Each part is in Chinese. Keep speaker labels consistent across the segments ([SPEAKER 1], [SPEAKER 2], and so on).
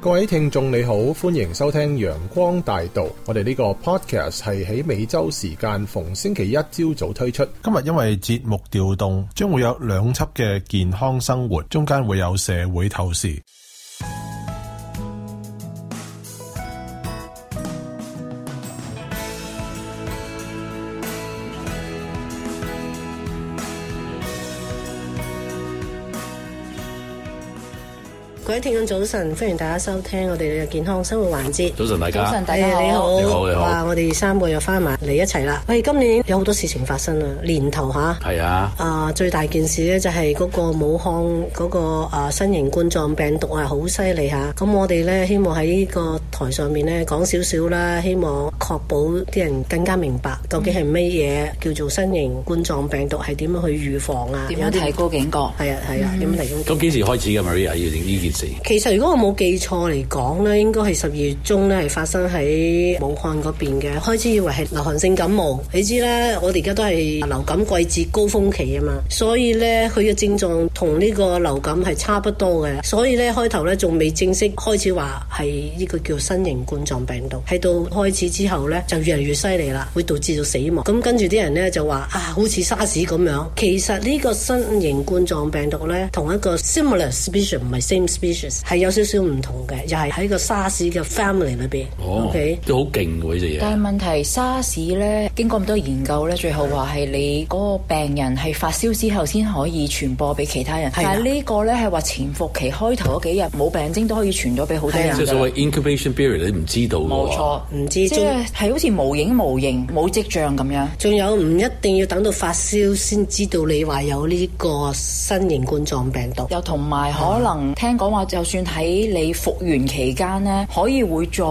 [SPEAKER 1] 各位聽眾你好，歡迎收聽陽光大道。我哋呢個 podcast 係喺美洲時間逢星期一朝早推出。
[SPEAKER 2] 今日因為節目調動，將會有兩輯嘅健康生活，中間會有社會透視。
[SPEAKER 3] 各位聽眾早晨，歡迎大家收聽我哋嘅健康生活環節。
[SPEAKER 4] 早晨大家，
[SPEAKER 5] 早晨大家好
[SPEAKER 3] 哎誒你好，
[SPEAKER 4] 你好你好
[SPEAKER 3] 哇！我哋三個又翻埋嚟一齊啦。喂，今年有好多事情發生啊，年頭吓。
[SPEAKER 4] 係啊，
[SPEAKER 3] 啊，最大件事咧就係嗰個武漢嗰、個啊新型冠狀病毒啊，好犀利嚇。咁我哋咧希望喺呢個台上面咧講少少啦，希望確保啲人更加明白究竟係乜嘢叫做新型冠狀病毒係點樣去預防啊？
[SPEAKER 5] 點樣提嗯高警覺？
[SPEAKER 3] 係啊係啊，點樣提供？
[SPEAKER 4] 咁幾時開始嘅 Maria 要整呢件事？
[SPEAKER 3] 其實如果我冇記錯嚟講咧，應該係十二月中咧係發生喺武漢嗰邊嘅，開始以為係流行性感冒。你知啦，我哋而家都係流感季節高峰期啊嘛，所以咧佢嘅症狀同呢個流感係差不多嘅，所以咧開頭咧仲未正式開始話係呢個叫新型冠狀病毒，係到開始之後咧就越嚟越犀利啦，會導致到死亡。咁跟住啲人咧就話啊，好似沙士咁樣，其實呢個新型冠狀病毒咧同一個 similar species 唔係 same species 係有少少唔同嘅，又係喺個沙士嘅 family 裏邊。
[SPEAKER 4] 哦
[SPEAKER 3] OK，
[SPEAKER 4] 都好勁喎呢隻嘢
[SPEAKER 5] 但。係問題沙士咧，經過咁多研究咧，最後話係你嗰個病人係發燒之後先可以傳播俾其他人。
[SPEAKER 3] 係啦
[SPEAKER 5] 但係呢個咧係話潛伏期開頭嗰幾日冇病徵都可以傳咗俾好多人
[SPEAKER 4] 即係啊
[SPEAKER 5] 㗎
[SPEAKER 4] 所
[SPEAKER 5] 啦。
[SPEAKER 4] 謂 incubation period，你唔知道嘅
[SPEAKER 5] 冇
[SPEAKER 4] 喎。
[SPEAKER 5] 錯，
[SPEAKER 3] 唔知
[SPEAKER 5] 即
[SPEAKER 3] 中
[SPEAKER 5] 係係好似無影無形、冇跡象咁樣。
[SPEAKER 3] 仲有唔一定要等到發燒先知道你話有呢個新型冠狀病毒。
[SPEAKER 5] 又同埋可能聽講話，就算喺你復原期間咧，可以會再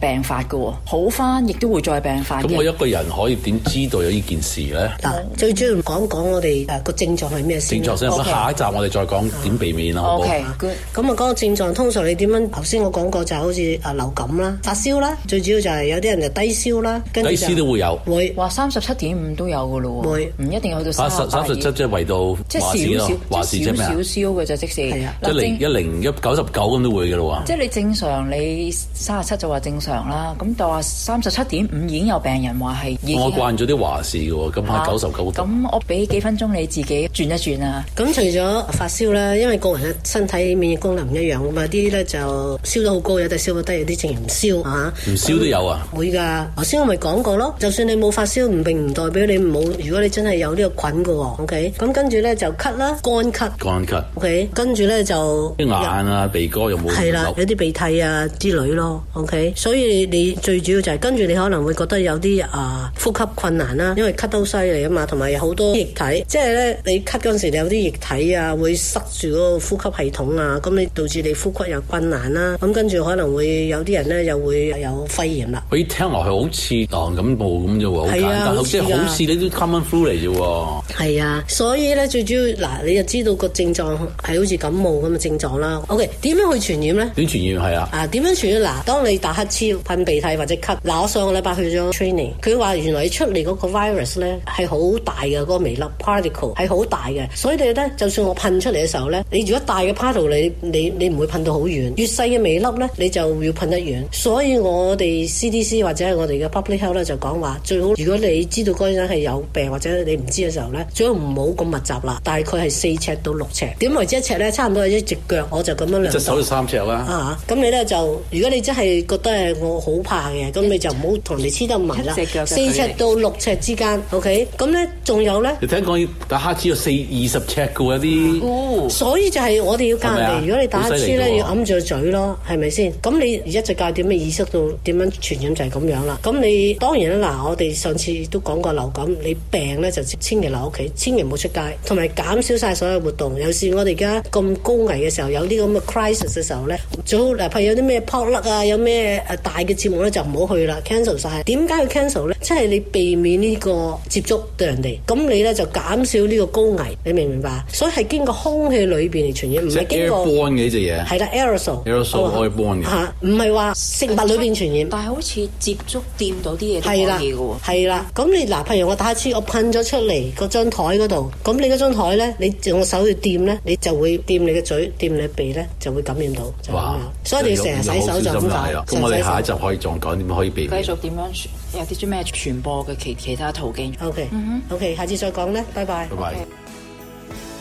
[SPEAKER 5] 病發嘅喎，好翻亦都會再病發嘅。
[SPEAKER 4] 咁我一個人可以點知道有呢件事咧？
[SPEAKER 3] 嗱，最主要講講我哋誒個症狀係咩先
[SPEAKER 4] 正
[SPEAKER 3] 啦。
[SPEAKER 4] 確嗯先，咁
[SPEAKER 5] 嗯 OK 嗯
[SPEAKER 4] 下一集我哋再講點避免啦，好唔
[SPEAKER 5] O
[SPEAKER 4] 好？
[SPEAKER 5] K good。
[SPEAKER 3] 咁啊，嗰個症狀通常你點樣？頭先我講過就係好似啊流感啦、發燒啦，最主要就係有啲人就低燒啦，跟住
[SPEAKER 4] 底
[SPEAKER 3] 就
[SPEAKER 4] 師都會有，
[SPEAKER 3] 會
[SPEAKER 5] 話三十七點五都有噶咯
[SPEAKER 3] 會
[SPEAKER 5] 喎，唔一定要去到
[SPEAKER 4] 啊
[SPEAKER 5] 三
[SPEAKER 4] 三三十七即係圍到
[SPEAKER 5] 即
[SPEAKER 4] 華氏
[SPEAKER 5] 係少
[SPEAKER 4] 咯，華
[SPEAKER 5] 少，
[SPEAKER 4] 氏
[SPEAKER 5] 即
[SPEAKER 4] 即係
[SPEAKER 5] 係
[SPEAKER 4] 咩
[SPEAKER 5] 少
[SPEAKER 4] 啊
[SPEAKER 5] 少？少嘅啫，即使
[SPEAKER 3] 係啊
[SPEAKER 4] 一零
[SPEAKER 5] 正
[SPEAKER 4] 一零一九十九咁都會嘅咯
[SPEAKER 5] 即係你正常，你三十七就話正常啦。咁就話三十七點五已經有病人話係
[SPEAKER 4] 喎。
[SPEAKER 5] 已經啊
[SPEAKER 4] 我
[SPEAKER 5] 係
[SPEAKER 4] 慣咗啲華氏嘅喎，咁下九十九度。
[SPEAKER 5] 咁我俾幾分鐘你自己轉一轉啊。
[SPEAKER 3] 咁除咗發燒啦，因為個人嘅身體免疫功能唔一樣啊嘛，有啲咧就燒得好高，有啲燒得低，有啲淨係唔燒啊。
[SPEAKER 4] 唔燒都有啊！
[SPEAKER 3] 會㗎，頭先我咪講過咯。就算你冇發燒，唔並唔代表你冇。如果你真係有呢個菌嘅喎，OK。咁跟住咧就咳啦，乾咳
[SPEAKER 4] 乾咳、
[SPEAKER 3] ，OK。跟住咧就
[SPEAKER 4] 啲眼啊、鼻哥有冇
[SPEAKER 3] 係啦，有
[SPEAKER 4] 流？
[SPEAKER 3] 啲鼻涕啊之類咯，OK。所以你最主要就係跟住你可能會覺得有啲啊、呼吸困難啦，因為咳得好犀利啊嘛，同埋有好多液體，即係咧你咳嗰陣時你有啲液體啊，會塞住嗰個呼吸系統啊，咁你導致你呼吸有困難啦，咁跟住可能會有啲人咧又會有肺炎啦。
[SPEAKER 4] 佢聽落去好似流行感冒咁啫喎，好
[SPEAKER 3] 係啊
[SPEAKER 4] 簡單，
[SPEAKER 3] 好
[SPEAKER 4] 即
[SPEAKER 3] 似
[SPEAKER 4] 係
[SPEAKER 3] 㗎
[SPEAKER 4] 好似呢啲 common flu 嚟啫喎。
[SPEAKER 3] 係啊，所以咧最主要嗱，你就知道個症狀係好似感冒咁嘅症狀啦。OK，點樣去傳染咧？
[SPEAKER 4] 短傳染係啊，
[SPEAKER 3] 啊，點樣處理？嗱，當你打乞嗤、噴鼻涕或者咳，嗱，我上個禮拜去咗 training，佢話原來你出嚟嗰個 virus 咧係好大嘅，嗰、個微粒 particle 係好大嘅，所以你咧就算我噴出嚟嘅時候咧，你如果大嘅 particle 你你你唔會噴到好遠，越細嘅微粒咧你就要噴得遠，所以我哋 CDC 或者係我哋嘅 public health 咧就講話最好，如果你知道嗰個人係有病或者你唔知嘅時候咧，最好唔好咁密集啦，大概係四尺到六尺，點為之一尺咧？差唔多係一隻腳，我就咁樣量
[SPEAKER 4] 隻
[SPEAKER 3] 度。
[SPEAKER 4] 手就三尺啦。
[SPEAKER 3] 啊，咁你咧就，如果你真係覺得係我好怕嘅，咁你就唔好同人哋黐得埋啦
[SPEAKER 5] 一隻腳，嘅距
[SPEAKER 3] 四
[SPEAKER 5] 離
[SPEAKER 3] 尺到六尺之間，OK？咁咧仲有咧，
[SPEAKER 4] 你聽講要打乞嗤有四二十尺嘅喎，有啲
[SPEAKER 5] 哦，
[SPEAKER 3] 所以就係我哋要教人
[SPEAKER 4] 係咪啊
[SPEAKER 3] 哋，如果你打
[SPEAKER 4] 好犀
[SPEAKER 3] 乞嗤
[SPEAKER 4] 利㗎喎
[SPEAKER 3] 咧，要揞住個嘴咯，係咪先？咁你而家就教點樣意識到點樣傳染就係咁樣啦。咁你當然啦，嗱，我哋上次都講過流感，你病咧就千祈留喺屋企，千祈唔好出街，同埋減少晒所有活動。尤其是我哋而家咁高危嘅時候，有啲咁嘅 crisis 啊嘅時候咧，最呃好嗱，譬如有啲咩 potluck 啊，有咩誒大嘅節目咧就唔好去啦，cancel 晒。點解要 cancel 咧？即係你避免呢個接觸對人哋，咁你咧就減少呢個高危，你明唔明白？所以係經過空氣裏邊嚟傳染，唔
[SPEAKER 4] 即係
[SPEAKER 3] 係經過
[SPEAKER 4] airborne 嘅呢隻嘢。
[SPEAKER 3] 係啦 aerosol Ờ.
[SPEAKER 4] Aerosol
[SPEAKER 3] 係嘛
[SPEAKER 4] airborne 嘅
[SPEAKER 3] 嚇唔係話食物裏邊傳染。
[SPEAKER 5] 但係好似接觸掂到啲嘢都可
[SPEAKER 3] 係啦
[SPEAKER 5] 以嘅喎，。
[SPEAKER 3] 係啦。咁你嗱，譬如我打乞嗤，我噴咗出嚟嗰張台嗰度，咁你嗰張台咧，你用手去掂咧，你就會掂你嘅嘴，掂你嘅鼻咧，就會感染到。就係咁
[SPEAKER 4] 哇
[SPEAKER 3] 樣！所以你要成日洗手就咁
[SPEAKER 4] 係
[SPEAKER 3] 解
[SPEAKER 4] 啦。咁我哋下一集
[SPEAKER 3] 集。
[SPEAKER 4] 可以仲講點可以避
[SPEAKER 5] 繼
[SPEAKER 4] 免。
[SPEAKER 5] 續點樣傳有啲啲咩傳播嘅其其他途徑？
[SPEAKER 3] O K O K，下次再講啦，拜拜
[SPEAKER 4] 拜。拜。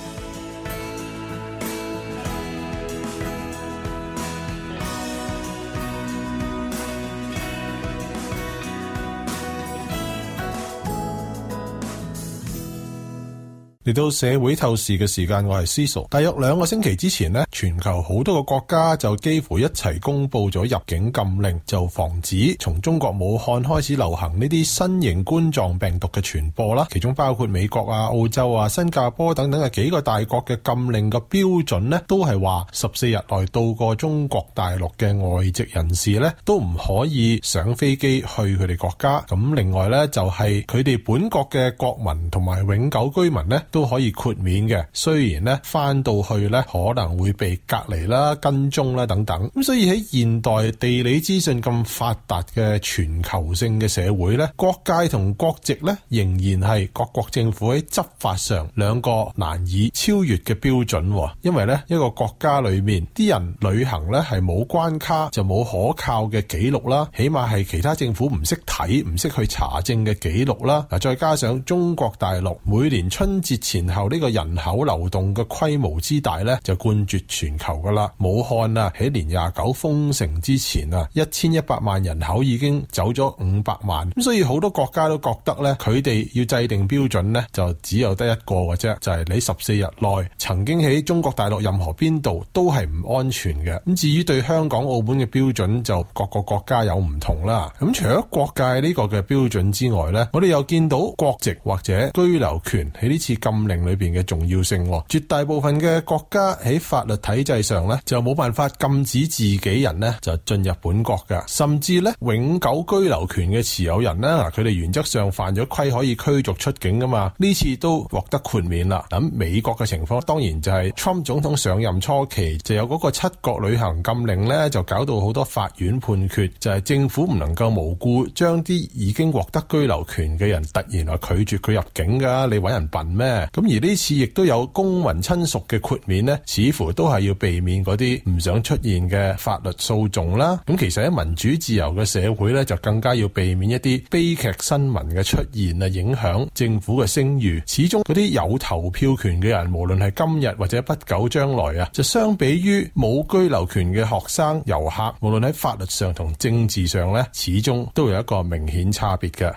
[SPEAKER 2] 嚟到社會透視嘅時間，我係思熟。大約兩個星期之前呢，全球好多個國家就幾乎一齊公布咗入境禁令，就防止從中國武漢開始流行呢啲新型冠狀病毒嘅傳播啦。其中包括美國啊、澳洲啊、新加坡等等嘅幾個大國嘅禁令嘅標準呢，都係話十四日內到過中國大陸嘅外籍人士呢，都唔可以上飛機去佢哋國家。咁另外呢，就係佢哋本國嘅國民同埋永久居民呢，都可以豁免嘅。雖然呢，翻到去呢，可能會被隔離啦、跟蹤啦等等。咁所以喺現代地理資訊咁發達嘅全球性嘅社會呢，國界同國籍呢，仍然係各國政府喺執法上兩個難以超越嘅標準喎。因為呢，一個國家裏面啲人旅行呢係冇關卡，就冇可靠嘅記錄啦，起碼係其他政府唔識睇、唔識去查證嘅記錄啦。嗱，再加上中國大陸每年春節前後呢個人口流動嘅規模之大呢，就冠絕全球噶啦。武漢啊，喺年廿九封城之前啊，一千一百萬人口已經走咗五百萬，咁所以好多國家都覺得呢，佢哋要制定標準呢，就只有得一個嘅啫，就係、你十四日內曾經喺中國大陸任何邊度都係唔安全嘅。咁至於對香港、澳門嘅標準，就各個國家有唔同啦。咁除咗國界呢個嘅標準之外呢，我哋又見到國籍或者居留權喺呢次禁令裏邊嘅重要性喎。絕大部分嘅國家喺法律體制上呢，就冇辦法禁止自己人呢就進入本國嘅，甚至呢永久居留權嘅持有人呢，嗱佢哋原則上犯咗規可以驅逐出境噶嘛，呢次都獲得豁免啦。咁美國嘅情況當然就係 Trump 總統上任初期就有嗰個七國旅行禁令呢，就搞到好多法院判決，就係政府唔能夠無故將啲已經獲得居留權嘅人突然話拒絕佢入境㗎，你揾人笨咩？咁而呢次亦都有公民親屬嘅豁免呢，似乎都係要避免嗰啲唔想出現嘅法律訴訟啦。咁其實喺民主自由嘅社會呢，就更加要避免一啲悲劇新聞嘅出現啊，影響政府嘅聲譽。始終嗰啲有投票權嘅人，無論係今日或者不久將來啊，就相比於冇居留權嘅學生、遊客，無論喺法律上同政治上呢，始終都有一個明顯差別嘅。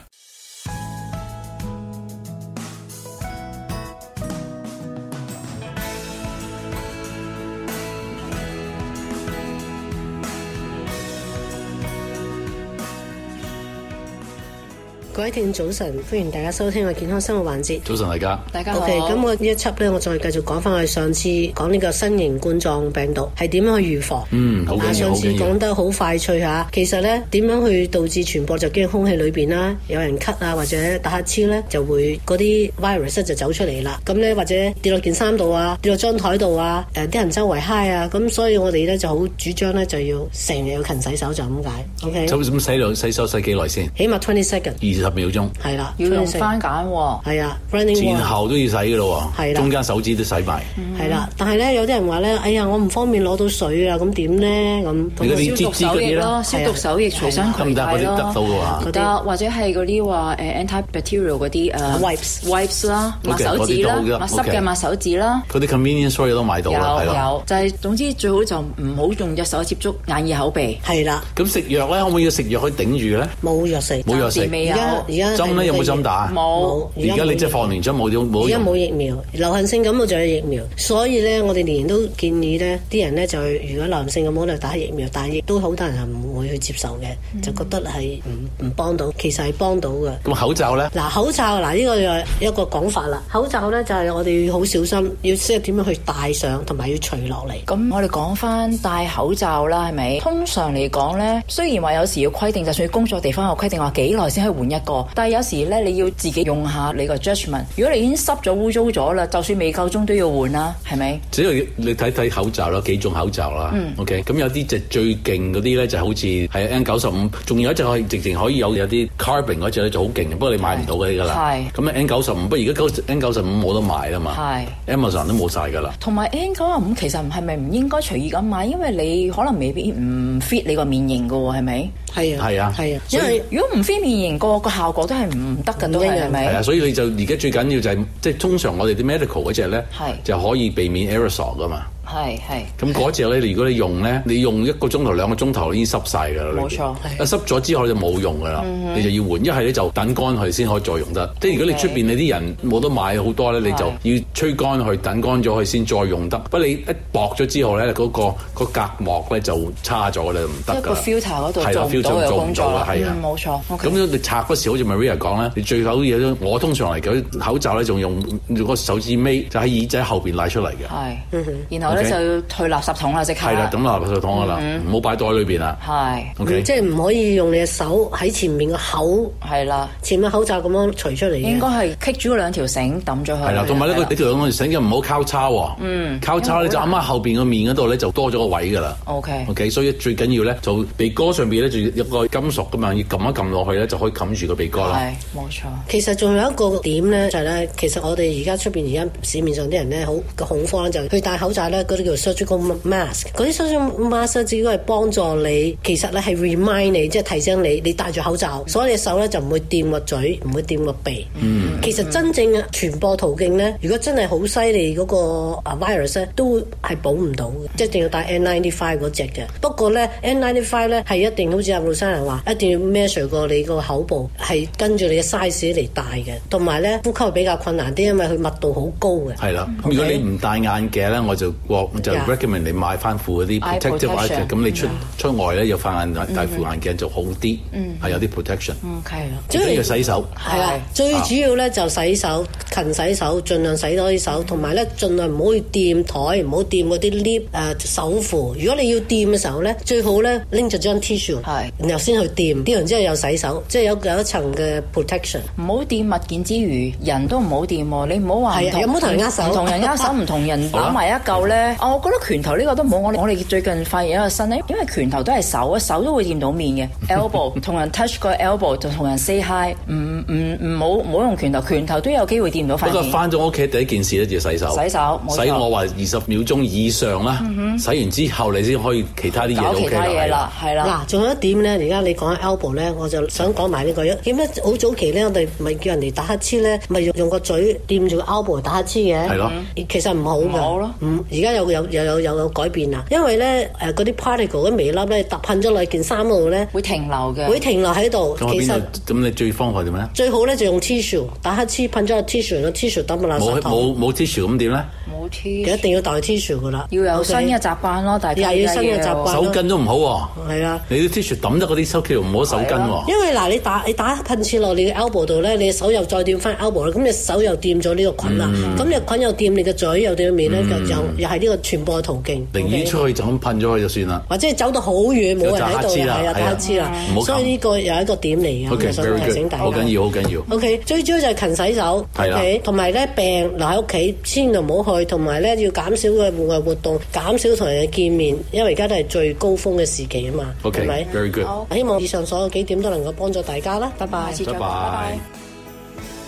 [SPEAKER 3] 各位聽眾早晨，歡迎大家收聽我健康生活環節。
[SPEAKER 4] 早晨大家。
[SPEAKER 5] 大家好
[SPEAKER 3] O K，咁我呢一輯咧，我再繼續講翻我哋上次講呢個新型冠狀病毒係點樣去預防。
[SPEAKER 4] 嗯好緊要
[SPEAKER 3] 啊上次
[SPEAKER 4] 好緊要
[SPEAKER 3] 講得好快脆嚇，其實咧點樣去導致傳播就經空氣裏邊啦，有人咳啊或者打乞嗤咧，就會嗰啲 virus 呢就走出嚟啦。咁咧或者跌落件衫度啊，跌落張台度啊，誒、啲人周圍嗨啊，咁所以我哋咧就好主張咧就要成日要勤洗手就咁解。O K，
[SPEAKER 4] 咁咁洗兩洗手洗幾耐先？
[SPEAKER 3] 起碼 twenty second
[SPEAKER 4] 二十秒鐘，
[SPEAKER 3] 係啦，
[SPEAKER 5] 要用
[SPEAKER 3] 20
[SPEAKER 5] 番梘喎。
[SPEAKER 3] 係啊，running
[SPEAKER 4] 前
[SPEAKER 3] water
[SPEAKER 4] 後都要洗嘅咯
[SPEAKER 3] 係
[SPEAKER 4] 喎，
[SPEAKER 3] 啦
[SPEAKER 4] 中間手指都洗埋。
[SPEAKER 3] 係啦，但係咧有啲人話咧，哎呀，我唔方便攞到水啊，咁點咧咁？
[SPEAKER 4] 你嗰
[SPEAKER 3] 咁
[SPEAKER 4] 啲
[SPEAKER 5] 消毒手液
[SPEAKER 4] 係
[SPEAKER 5] 咯，
[SPEAKER 4] 啊
[SPEAKER 5] 消毒手液隨身
[SPEAKER 4] 得
[SPEAKER 5] 攜
[SPEAKER 4] 唔得？嗰
[SPEAKER 5] 帶
[SPEAKER 4] 啲得到
[SPEAKER 5] 咯。
[SPEAKER 4] 嘅話
[SPEAKER 3] 嗰啲
[SPEAKER 5] 得，或者係嗰啲話誒 antibacterial 嗰啲誒
[SPEAKER 3] Wipes
[SPEAKER 5] wipes 啦，抹
[SPEAKER 4] OK，
[SPEAKER 5] 手指啦
[SPEAKER 4] 嗰啲都，好嘅
[SPEAKER 5] 抹濕嘅
[SPEAKER 4] OK
[SPEAKER 5] 抹手指啦。
[SPEAKER 4] 嗰啲 convenience store 都買到
[SPEAKER 5] 有
[SPEAKER 4] 啦，係啊咯。
[SPEAKER 5] 有，就係總之最好就唔好用隻手接觸眼耳口鼻。
[SPEAKER 3] 係啦，
[SPEAKER 4] 咁食藥咧，可唔可以有食藥可以頂住嘅咧？
[SPEAKER 3] 冇藥食。
[SPEAKER 4] 冇藥食
[SPEAKER 5] 暫時未有
[SPEAKER 3] 而家而家
[SPEAKER 4] 針咧有冇針打啊？
[SPEAKER 5] 冇
[SPEAKER 4] 而家你即係放完針冇用冇
[SPEAKER 3] 而家
[SPEAKER 4] 用
[SPEAKER 3] 冇疫苗，流行性感冒就有疫苗，所以咧我哋年年都建議咧啲人咧就如果流行性感冒就打疫苗，但係亦都好多人係唔會去接受
[SPEAKER 4] 嗯
[SPEAKER 3] 嘅，就覺得係唔唔幫到，其實係幫到嘅。
[SPEAKER 4] 咁口罩咧，
[SPEAKER 3] 嗱口罩嗱呢個又有一個講法啦，口罩咧就係我哋要好小心，要識得點樣去戴上同埋要除落嚟。
[SPEAKER 5] 咁我哋講翻戴口罩啦，係咪？通常嚟講呢，雖然話有時要規定，就算工作地方有規定話幾耐先可以換一個。但係有時咧，你要自己用下你個 judgment。如果你已經濕咗、污糟咗啦，就算未夠鐘都要換啦，係咪？
[SPEAKER 4] 只要你睇睇口罩啦，幾種口罩啦、o k 咁有啲就最勁嗰啲咧，就好似係 N 九十五，仲有一隻可以直情可以有有啲 carbon 嗰只咧就好勁，不過你買唔到嘅㗎啦
[SPEAKER 5] 係。
[SPEAKER 4] 咁啊 N 九十五，不過而家 N 九十五冇得賣啦嘛
[SPEAKER 5] 係
[SPEAKER 4] ，Amazon 都冇晒㗎啦。
[SPEAKER 5] 同埋 N 九啊五其實係咪唔應該隨意咁買？因為你可能未必唔 fit 你個面型嘅喎，係咪？
[SPEAKER 3] 係啊，
[SPEAKER 4] 係啊
[SPEAKER 3] 係啊，因為
[SPEAKER 5] 如果唔 fit 面型個個效果都係唔得嘅，都
[SPEAKER 3] 唔一
[SPEAKER 5] 係
[SPEAKER 3] 樣
[SPEAKER 5] 係
[SPEAKER 4] 係啊，
[SPEAKER 5] 咪？
[SPEAKER 4] 所以你就而家最緊要就係、即係通常我哋啲 medical 嗰只咧
[SPEAKER 5] 係，
[SPEAKER 4] 就可以避免 aerosol 㗎嘛。
[SPEAKER 5] 係係。
[SPEAKER 4] 咁嗰只咧，如果你用咧，你用一個鐘頭兩個鐘頭已經濕晒㗎啦。
[SPEAKER 5] 冇錯嗯
[SPEAKER 4] 一濕咗之後你就冇用㗎啦，你就要換。一係咧就等乾佢先可以再用得。即係如果你
[SPEAKER 5] OK
[SPEAKER 4] 出邊你啲人冇得買好多咧，你就要吹乾佢，等乾咗佢先再用得。不過你一薄咗之後咧，嗰、個個隔膜咧就差咗啦，唔得㗎
[SPEAKER 5] 即係個
[SPEAKER 4] 啦。
[SPEAKER 5] filter 嗰度
[SPEAKER 4] 係啦
[SPEAKER 5] 做唔
[SPEAKER 4] filter
[SPEAKER 5] 到嘅
[SPEAKER 4] 做
[SPEAKER 5] 工
[SPEAKER 4] 唔
[SPEAKER 5] 作
[SPEAKER 4] 到啦
[SPEAKER 5] 啦，，
[SPEAKER 4] 係啊
[SPEAKER 5] 嗯。冇錯。
[SPEAKER 4] 咁
[SPEAKER 5] OK
[SPEAKER 4] 你拆嗰時，好似 Maria 講咧，你最好嘢都，我通常嚟講口罩咧，仲用用個手指尾就喺耳仔後邊拉出嚟嘅，
[SPEAKER 5] 係，然後
[SPEAKER 4] 嗯
[SPEAKER 5] 咧
[SPEAKER 4] OK
[SPEAKER 5] 就要退垃圾桶啦，即刻。
[SPEAKER 4] 係啦，抌落垃圾桶噶啦，唔好擺袋裏邊啦。
[SPEAKER 5] 係
[SPEAKER 4] OK，
[SPEAKER 3] 即係唔可以用你嘅手喺前面個口
[SPEAKER 5] 係啦，
[SPEAKER 3] 前面口罩咁樣除出嚟
[SPEAKER 5] 應
[SPEAKER 3] 嘅
[SPEAKER 5] 該。係棘住嗰兩條繩抌咗佢。
[SPEAKER 4] 係啦，同埋呢個你條兩個繩嘅唔好交叉喎，嗯，交叉咧就啱啱後邊個面嗰度咧就多咗個位噶啦。
[SPEAKER 5] OK
[SPEAKER 4] OK，所以最緊要咧就鼻哥上邊咧就有個金屬噶嘛，要撳一撳落去咧就可以冚住個鼻哥啦
[SPEAKER 5] 係。冇錯。
[SPEAKER 3] 其實仲有一個點咧，就係、咧，其實我哋而家出邊而家市面上啲人咧，好恐慌咧，就係佢戴口罩咧，嗰啲叫 surgical mask。嗰啲 surgical mask 咧只不過係幫助你，其實咧係 remind 你，即係提醒你，你戴住口罩，所以你手咧就唔會掂個嘴，唔會掂個鼻。嗯、其實真正嘅傳播途徑咧，如果真係好犀利嗰個啊 virus 咧，都係保唔到嘅，一定要戴 N95 嗰只嘅。不過咧，N95 咧係一定好似阿 r o s a n 話，一定要 measure 過你個口部，係跟住你嘅 size 嚟戴嘅。同埋咧，呼吸係比較困難啲，因為佢密度好高嘅。
[SPEAKER 4] 係啦，咁如果你唔戴眼鏡咧，我就我就
[SPEAKER 3] Yeah
[SPEAKER 4] recommend 你買翻副嗰啲
[SPEAKER 5] Eye
[SPEAKER 4] protective eye
[SPEAKER 5] protection
[SPEAKER 4] protection，咁你出出外咧有副眼戴副眼鏡就好啲，係有啲 protection。
[SPEAKER 5] 嗯 OK 啦。
[SPEAKER 4] 最緊要洗手，
[SPEAKER 3] 係啦，最主要咧就洗手，勤洗手，盡量洗多啲手，同埋咧盡量唔好去掂台，唔好掂嗰啲 lift 誒手扶。如果你要掂嘅時候咧，最好咧拎住張 tissue，
[SPEAKER 5] 係
[SPEAKER 3] 然後先去掂，掂完之後又洗手，即係有有一層嘅 protection。
[SPEAKER 5] 唔好掂物件之餘，人都唔好掂喎。你唔好話唔
[SPEAKER 3] 係啊有冇同人握手
[SPEAKER 5] 唔同人握手，唔 同人攬埋一 嚿咧。啊，我覺得拳頭呢個都唔好。我我哋最近發現一個新咧，因為拳頭都係手啊，手都會掂到面 嘅。elbow 同人 touch 個 elbow 就同人 say hi，唔唔唔好唔好用拳頭，拳頭都有機會掂到塊
[SPEAKER 4] 不過
[SPEAKER 5] 面。
[SPEAKER 4] 翻咗屋企第一件事咧就要洗手，
[SPEAKER 5] 洗手冇錯嗯
[SPEAKER 4] 洗我話二十秒鐘以上啦，洗完之後你先可以其他啲嘢
[SPEAKER 5] 搞
[SPEAKER 4] 就
[SPEAKER 5] 其
[SPEAKER 4] OK
[SPEAKER 5] 他嘢啦
[SPEAKER 4] 啦。，啊
[SPEAKER 5] 係啦，
[SPEAKER 3] 嗱，仲有一點咧，而家你講緊 elbow 咧，我就想講埋呢個。點解好早期咧，我哋咪叫人哋打乞嗤咧，咪用用個嘴掂住個 elbow 打乞嗤嘅？嗯
[SPEAKER 4] 係咯
[SPEAKER 3] 其實唔好
[SPEAKER 5] 唔好咯
[SPEAKER 3] 㗎。嗯，而家有有有有有有改變啦，因為咧誒嗰啲 particle 嗰啲微粒咧，揼噴咗落件衫嗰度咧，
[SPEAKER 5] 會停留嘅。
[SPEAKER 3] 會停留喺度。
[SPEAKER 4] 咁去
[SPEAKER 3] 其實
[SPEAKER 4] 邊度？咁你最方法點咧？
[SPEAKER 3] 最好咧就用 tissue 打乞嗤，噴咗個 tissue，個 tissue 抌落垃
[SPEAKER 4] 冇
[SPEAKER 3] 圾桶，
[SPEAKER 4] 冇冇 tissue 咁點咧？
[SPEAKER 5] 冇
[SPEAKER 3] 一
[SPEAKER 5] T，
[SPEAKER 3] 定要袋 tissue 噶啦。
[SPEAKER 5] 要有
[SPEAKER 3] OK？
[SPEAKER 5] 新嘅習慣咯，大家
[SPEAKER 3] 又要新嘅習慣
[SPEAKER 4] 手巾都唔好喎。
[SPEAKER 3] 係啦。
[SPEAKER 4] 你啲 tissue 抌得嗰啲手機唔好手巾
[SPEAKER 5] 啊
[SPEAKER 4] 喎。
[SPEAKER 3] 因為嗱，你打你打噴嚏落你嘅 elbow 度咧，你嘅手又再掂翻 elbow 啦，咁你手又掂咗呢個菌啦，
[SPEAKER 4] 嗯
[SPEAKER 3] 咁你個菌又掂你嘅嘴又掂面咧，就又又係呢個傳播途徑。
[SPEAKER 4] 寧願
[SPEAKER 3] OK？
[SPEAKER 4] 嗯出去就咁噴咗佢就算啦。
[SPEAKER 3] 或者係走到好遠冇人喺度
[SPEAKER 4] 就打乞嗤啦
[SPEAKER 3] 係啊，
[SPEAKER 4] 係啊
[SPEAKER 3] 打乞嗤啦
[SPEAKER 4] 唔好，撳
[SPEAKER 3] 所以呢個又係一個點嚟嘅，啊我
[SPEAKER 4] OK，
[SPEAKER 3] 想
[SPEAKER 4] very
[SPEAKER 3] 提醒
[SPEAKER 4] good，
[SPEAKER 3] 大
[SPEAKER 4] 好
[SPEAKER 3] 家
[SPEAKER 4] 緊。要，好緊要。
[SPEAKER 3] O K，最主要就係勤洗手
[SPEAKER 4] 係啦
[SPEAKER 3] ，OK，同埋咧病留喺屋企，千祈唔好去，同埋咧要減少嘅戶外活動，減少同人嘅見面，因為而家都係最高峰嘅時期啊嘛，係咪
[SPEAKER 4] OK，very good。
[SPEAKER 3] 希望以上所有幾點都能夠幫助大家啦，拜拜
[SPEAKER 5] 下。次再
[SPEAKER 4] 拜
[SPEAKER 5] 講，
[SPEAKER 4] 拜
[SPEAKER 5] 拜拜。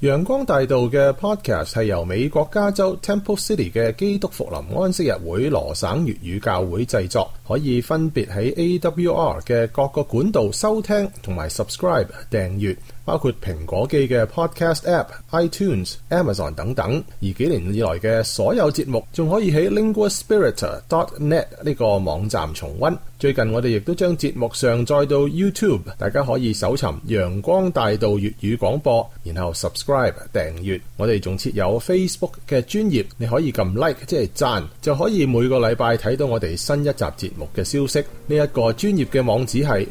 [SPEAKER 1] 陽光大道嘅 podcast 係由美國加州 Temple City 嘅基督復臨安息日會羅省粵語教會製作，可以分別喺 AWR 嘅各個管道收聽同埋 subscribe 訂閱，包括蘋果機嘅 podcast app、iTunes、Amazon 等等。而幾年以來嘅所有節目，仲可以喺 linguaspiritor.net 呢個網站重温。最近我哋亦都將節目上載到 YouTube，大家可以搜尋陽光大道粵語廣播，然後 subscribe 訂閱。我哋仲設有 Facebook 嘅專頁，你可以撳 like 即係讚，就可以每個禮拜睇到我哋新一集節
[SPEAKER 2] 目嘅消息。呢、一個專業嘅網址係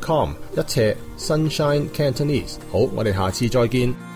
[SPEAKER 2] facebook.com 一斜 sunshine cantonese。好，我哋下次再見。